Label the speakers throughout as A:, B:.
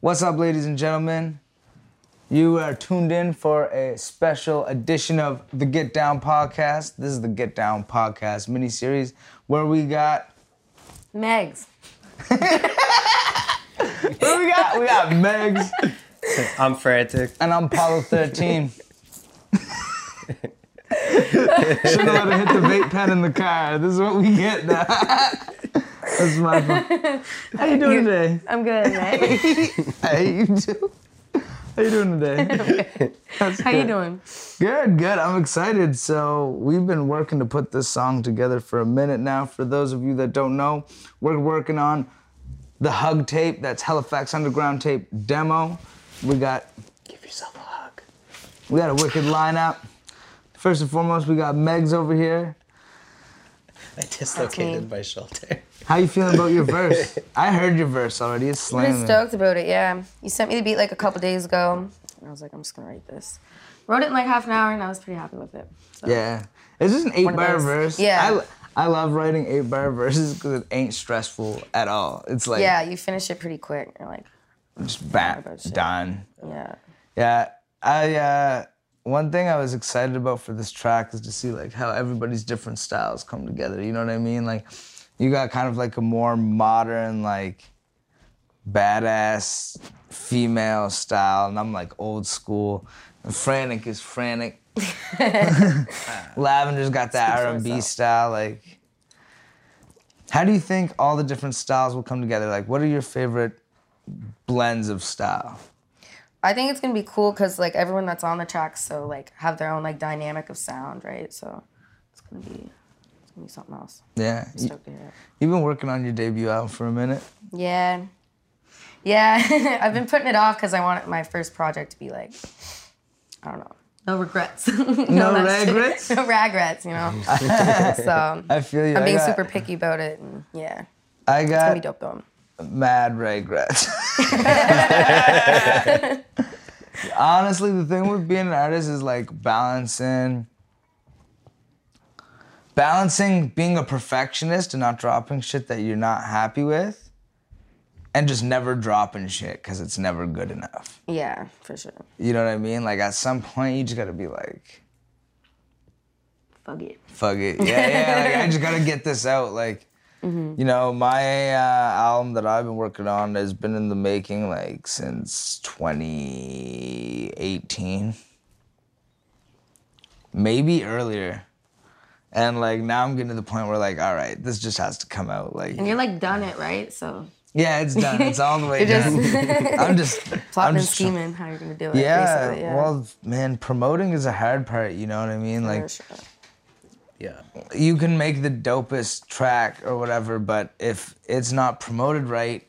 A: What's up, ladies and gentlemen? You are tuned in for a special edition of the Get Down Podcast. This is the Get Down Podcast miniseries where we got
B: Megs.
A: who we got we got Megs
C: I'm frantic.
A: and I'm Apollo 13. Should have let her hit the vape pen in the car. This is what we get now. That's my fault. How you doing today?
B: I'm good, Meg.
A: Hey, you too. How you doing today? That's
B: How you
A: good.
B: doing?
A: Good, good. I'm excited. So we've been working to put this song together for a minute now. For those of you that don't know, we're working on the Hug tape. That's Halifax Underground tape demo. We got
C: Give yourself a hug.
A: we got a wicked lineup. First and foremost, we got Megs over here.
C: I dislocated my shoulder.
A: How you feeling about your verse? I heard your verse already. It's
B: I'm just
A: slamming.
B: stoked about it, yeah. You sent me the beat like a couple days ago. And I was like, I'm just gonna write this. Wrote it in like half an hour and I was pretty happy with it. So.
A: Yeah. It's just an eight
B: of
A: bar
B: those.
A: verse.
B: Yeah.
A: I, I love writing eight bar verses because it ain't stressful at all. It's like
B: Yeah, you finish it pretty quick. You're like,
A: just bam,
B: about shit.
A: done.
B: yeah.
A: Yeah, I uh, one thing I was excited about for this track is to see like how everybody's different styles come together. You know what I mean? Like, you got kind of like a more modern, like badass female style, and I'm like old school. And frantic is frantic. Lavender's got that
B: Speaks for
A: R&B
B: itself.
A: style. Like, how do you think all the different styles will come together? Like, what are your favorite blends of style?
B: I think it's gonna be cool because like everyone that's on the track so like have their own like dynamic of sound, right? So it's gonna be it's gonna be something else.
A: Yeah.
B: I'm stoked to hear it.
A: You've been working on your debut album for a minute.
B: Yeah. Yeah, I've been putting it off because I want my first project to be like, I don't know. No regrets. no
A: No
B: that's-
A: regrets?
B: no regrets, you know? so
A: I feel you.
B: I'm
A: I
B: being
A: got,
B: super picky about it. And yeah,
A: I
B: it's gonna be
A: got
B: dope though.
A: mad regrets. Honestly, the thing with being an artist is like balancing balancing being a perfectionist and not dropping shit that you're not happy with and just never dropping shit cuz it's never good enough.
B: Yeah, for sure.
A: You know what I mean? Like at some point you just got to be like
B: Fuck it.
A: fuck it. Yeah, yeah. like, I just gotta get this out. Like,
B: Mm-hmm.
A: you know, my uh, album that I've been working on has been in the making like since 2018, maybe earlier. And like now I'm getting to the point where like, all right, this just has to come out. Like,
B: And you're like done it, right? So
A: yeah, it's done. It's all the way
B: you're just
A: done. I'm just I'm
B: plotting and
A: just tr-
B: scheming how you're gonna do it.
A: yeah,
B: basically, yeah.
A: Well, man, promoting is a hard part. You know what I mean? Like,
B: for sure.
C: Yeah.
A: you can make the dopest track or whatever, but if it's not promoted right,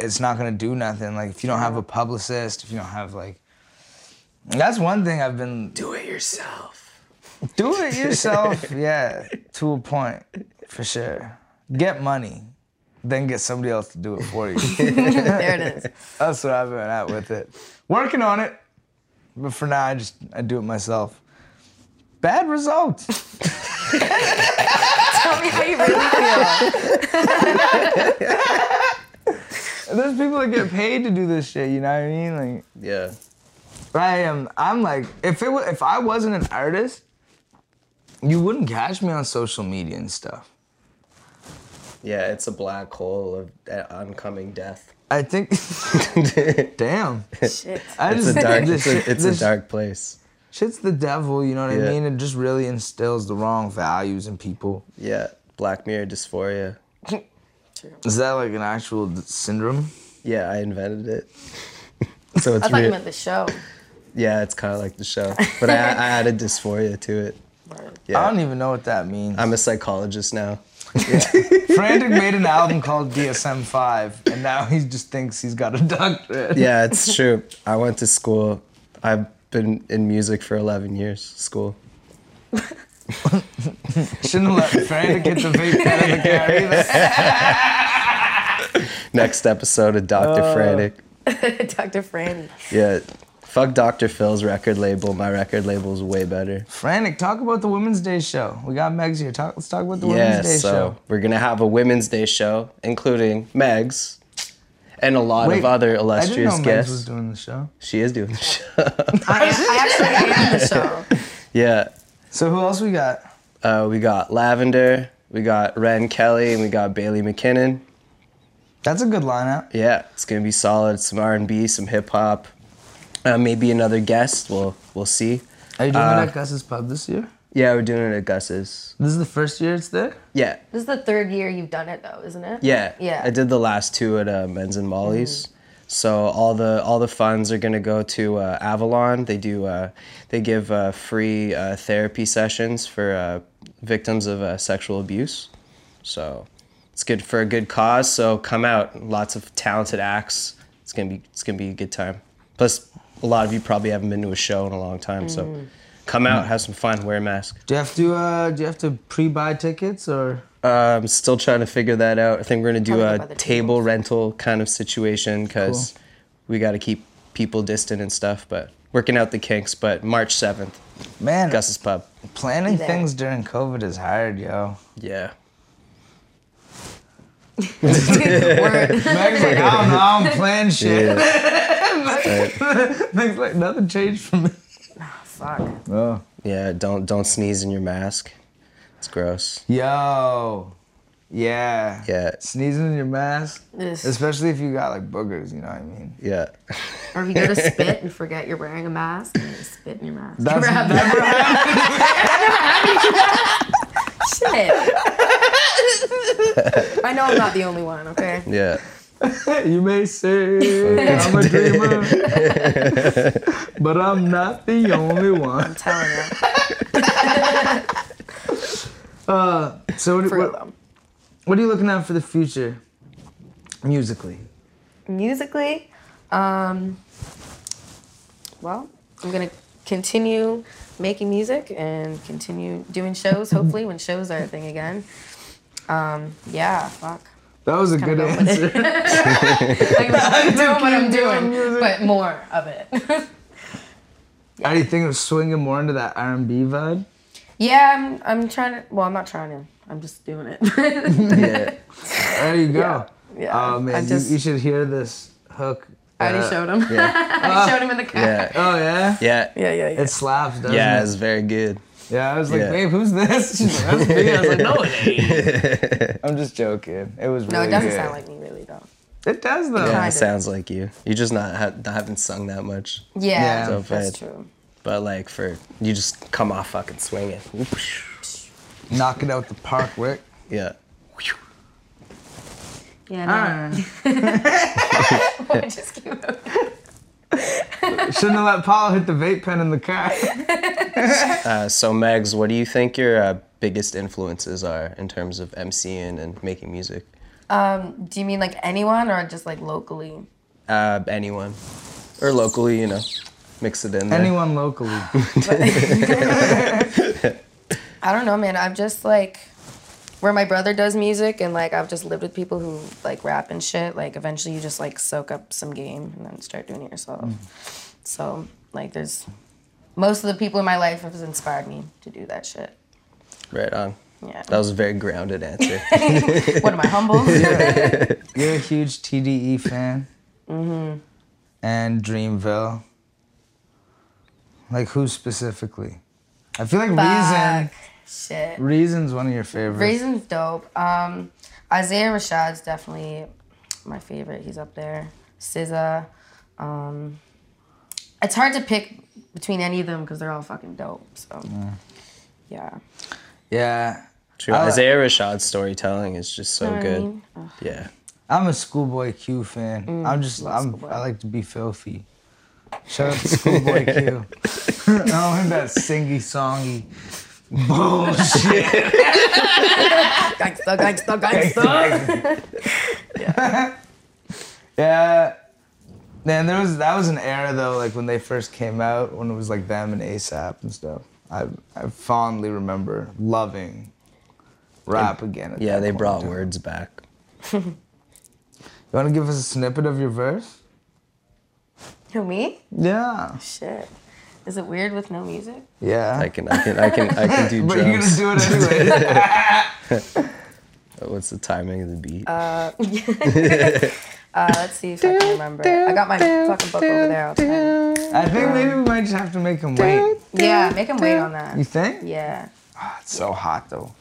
A: it's not gonna do nothing. Like if you don't have a publicist, if you don't have like, that's one thing I've been
C: Do it yourself.
A: do it yourself. yeah, to a point, for sure. Get money, then get somebody else to do it for you.
B: there it is.
A: that's what I've been at with it. Working on it, but for now I just I do it myself. Bad result.
B: Tell me how you really feel.
A: There's people that get paid to do this shit. You know what I mean? Like.
C: Yeah.
A: I am. I'm like, if it was, if I wasn't an artist, you wouldn't catch me on social media and stuff.
C: Yeah, it's a black hole of uh, oncoming death.
A: I think,
C: it's
A: damn,
B: Shit.
A: I
C: a dark
A: this
C: it's a,
A: shit-
C: it's
A: this
C: a dark place.
A: Shit's the devil. You know what I
C: Yeah.
A: mean? It just really instills the wrong values in people.
C: Yeah. Black mirror dysphoria.
A: Is that like an actual d- syndrome?
C: Yeah, I invented it. So
B: I
C: it's
B: thought you
C: real.
B: meant the show.
C: yeah, it's kind of like the show, but I, I added dysphoria to it.
A: I
C: Yeah,
A: don't even know what that means.
C: I'm a psychologist now.
A: Frantic made an album called DSM Five, and now he just thinks he's got a doctorate.
C: Yeah, it's true. I went to school. I've been in music for 11 years. School.
A: Shouldn't have let Frantic get the vape pen in the car either.
C: Next episode of Doctor
A: Oh.
C: Frantic.
B: Dr. Franny.
C: Yeah. Fuck Dr. Phil's record label. My record label's way better.
A: Frantic, talk about the Women's Day show. We got Megs here. Talk, let's talk about the
C: Yeah,
A: Women's Day
C: so
A: show.
C: we're gonna have a Women's Day show, including Megs and a lot
A: Wait,
C: of other
A: I didn't know
C: illustrious
A: Megs was
C: guests.
A: doing the show.
C: She is doing the show.
B: I, I actually am the show.
C: Yeah.
A: So who else we got?
C: Uh, we got Lavender, we got Ren Kelly, and we got Bailey McKinnon.
A: That's a good lineup.
C: Yeah, it's gonna be solid. Some R and B, some hip hop, uh, maybe another guest. We'll we'll see.
A: Are you doing
C: Uh,
A: it at Gus's Pub this year?
C: Yeah, we're doing it at Gus's.
A: This is the first year it's there.
C: Yeah,
B: This is the third year you've done it though, isn't it?
C: yeah,
B: Yeah.
C: I did the last two at uh, Men's and Molly's. So all the all the funds are gonna go to uh, Avalon. They do uh, they give uh, free uh, therapy sessions for uh, victims of uh, sexual abuse. So it's good for a good cause. So come out, lots of talented acts. It's gonna be it's gonna be a good time. Plus, a lot of you probably haven't been to a show in a long time, so come out, have some fun, wear a mask.
A: Do you have to uh, do you have to pre-buy tickets or?
C: Uh, I'm still trying to figure that out. I think we're gonna do
B: Probably go by
C: a
B: the
C: table rental kind of situation because we got to keep people distant and stuff. But working out the kinks. But March seventh,
A: Man,
C: Gus's Pub.
A: planning
B: there.
A: things during COVID is hard, yo.
C: Yeah.
B: Word.
A: Meg's like, I don't know, I don't plan shit.
C: Yeah.
A: Meg's like, nothing changed for me.
B: Fuck.
A: Oh.
C: yeah. Don't don't sneeze in your mask. It's gross.
A: Yo. Yeah.
C: Yeah.
A: Sneezing in your mask,
B: This-
A: especially if you got like boogers, you know what I mean?
C: Yeah.
B: Or if you go to spit and forget you're wearing a mask, and you spit in your mask.
A: That's-
B: never happened. That never happened. Shit. I know I'm not the only one. Okay.
C: Yeah.
A: You may say I'm a dreamer, but I'm not the only one.
B: I'm telling you.
A: So, what,
B: Uh, For real
A: what,
B: though.
A: what are you looking at for the future musically?
B: Musically, um, well, I'm gonna continue making music and continue doing shows. Hopefully, when shows are a thing again. Um, yeah. Fuck.
A: That was a
B: Kinda
A: good
B: go with
A: answer.
B: Like, I don't know what I'm
A: Keep doing
B: doing,
A: music.
B: but more of it.
A: Are you thinking of swinging more into that R&B vibe?
B: Yeah, I'm, I'm trying to. Well, I'm not trying to. I'm just doing it.
C: Yeah.
A: There you go.
B: yeah.
A: Oh
B: I
A: man, you-
B: just-
A: you, should hear this hook.
B: I already
A: Uh,
B: showed him. I showed him in the car.
C: Yeah.
A: Oh yeah.
C: Yeah.
B: yeah, yeah. yeah.
A: It slaps, doesn't
C: Yeah.
A: it?
C: It's very good.
A: Yeah, I was like,
C: Yeah.
A: babe, who's this? She's like, that's me. I was like, no, it ain't. I'm just joking. It was really
B: No, it doesn't
A: good.
B: sound like me, really, though.
A: It does though.
C: Yeah.
B: Kinda.
C: It sounds like you. You just not ha- not haven't sung that much.
B: Yeah,
A: So
B: that's
C: bad.
B: true.
C: But like for you just come off fucking swinging.
A: Knock it out the park, Rick.
C: Yeah.
B: Yeah,
A: All
B: no.
A: right.
B: I just keep moving.
A: Shouldn't have let Paul hit the vape pen in the car.
C: Uh, so, Megs, what do you think your uh, biggest influences are in terms of MCing and making music?
B: Um, do you mean like anyone or just like locally?
C: Uh, anyone, or locally, you know, mix it in. There.
A: Anyone locally.
B: I don't know, man. I've just like where my brother does music and like I've just lived with people who like rap and shit. Like eventually you just like soak up some game and then start doing it yourself. So like there's most of the people in my life have inspired me to do that shit.
C: Right on.
B: Yeah.
C: That was a very grounded answer.
B: what am I humble?
A: You're a huge TDE fan. Mm-hmm. And Dreamville. Like who specifically? I feel like Reason.
B: Fuck. Shit.
A: Reason's one of your favorites.
B: Raisin's dope. Um, Isaiah Rashad's definitely my favorite. He's up there. SZA. Um, it's hard to pick between any of them because they're all fucking dope. So, yeah.
A: Yeah.
C: True.
A: I-
C: Uh, Isaiah Rashad's storytelling is just so
B: Know what I
C: good.
B: mean? Ugh.
C: Yeah.
A: I'm a Schoolboy Q fan. I'm just
B: love
A: I'm,
B: Schoolboy.
A: I like to be filthy. Shout out to Schoolboy Q. I don't like that singy songy bullshit.
B: Gangsta, gangsta, gangsta.
A: Yeah. Man, there was that was an era though, like when they first came out, when it was like them and ASAP and stuff. I I fondly remember loving rap again. At
C: Yeah,
A: that
C: they
A: point in
C: brought
A: time.
C: words back.
A: You want to give us a snippet of your verse?
B: Who me?
A: Yeah.
B: Shit. Is it weird with no music?
A: Yeah.
C: I can, I can, I can, I can do
A: but you're gonna
C: drums.
A: do it anyway.
C: What's the timing of the beat?
B: Uh, Uh, let's see if I can remember it. I got my fucking book over there all the time.
A: I think maybe we might just have to make him wait.
B: Yeah, make him wait on that.
A: You think?
B: Yeah.
A: Ah, it's so hot though.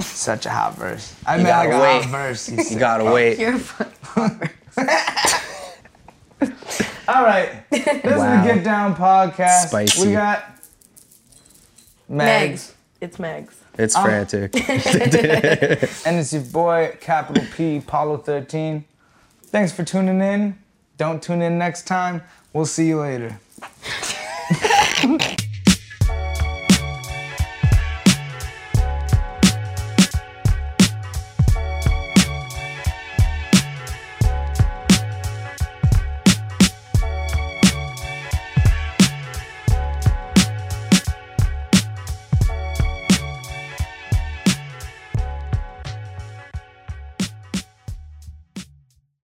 A: Such a hot verse. I mean,
C: gotta
A: like a
C: wait.
A: hot verse. You
C: You
A: said.
C: gotta wait.
B: You're a fuck-
A: All right. This
C: Wow.
A: is the Get Down podcast.
C: Spicy.
A: We got Megs.
B: Megs. It's Megs.
C: It's
A: Uh,
C: frantic.
A: And it's your boy, capital P, Apollo 13. Thanks for tuning in. Don't tune in next time. We'll see you later.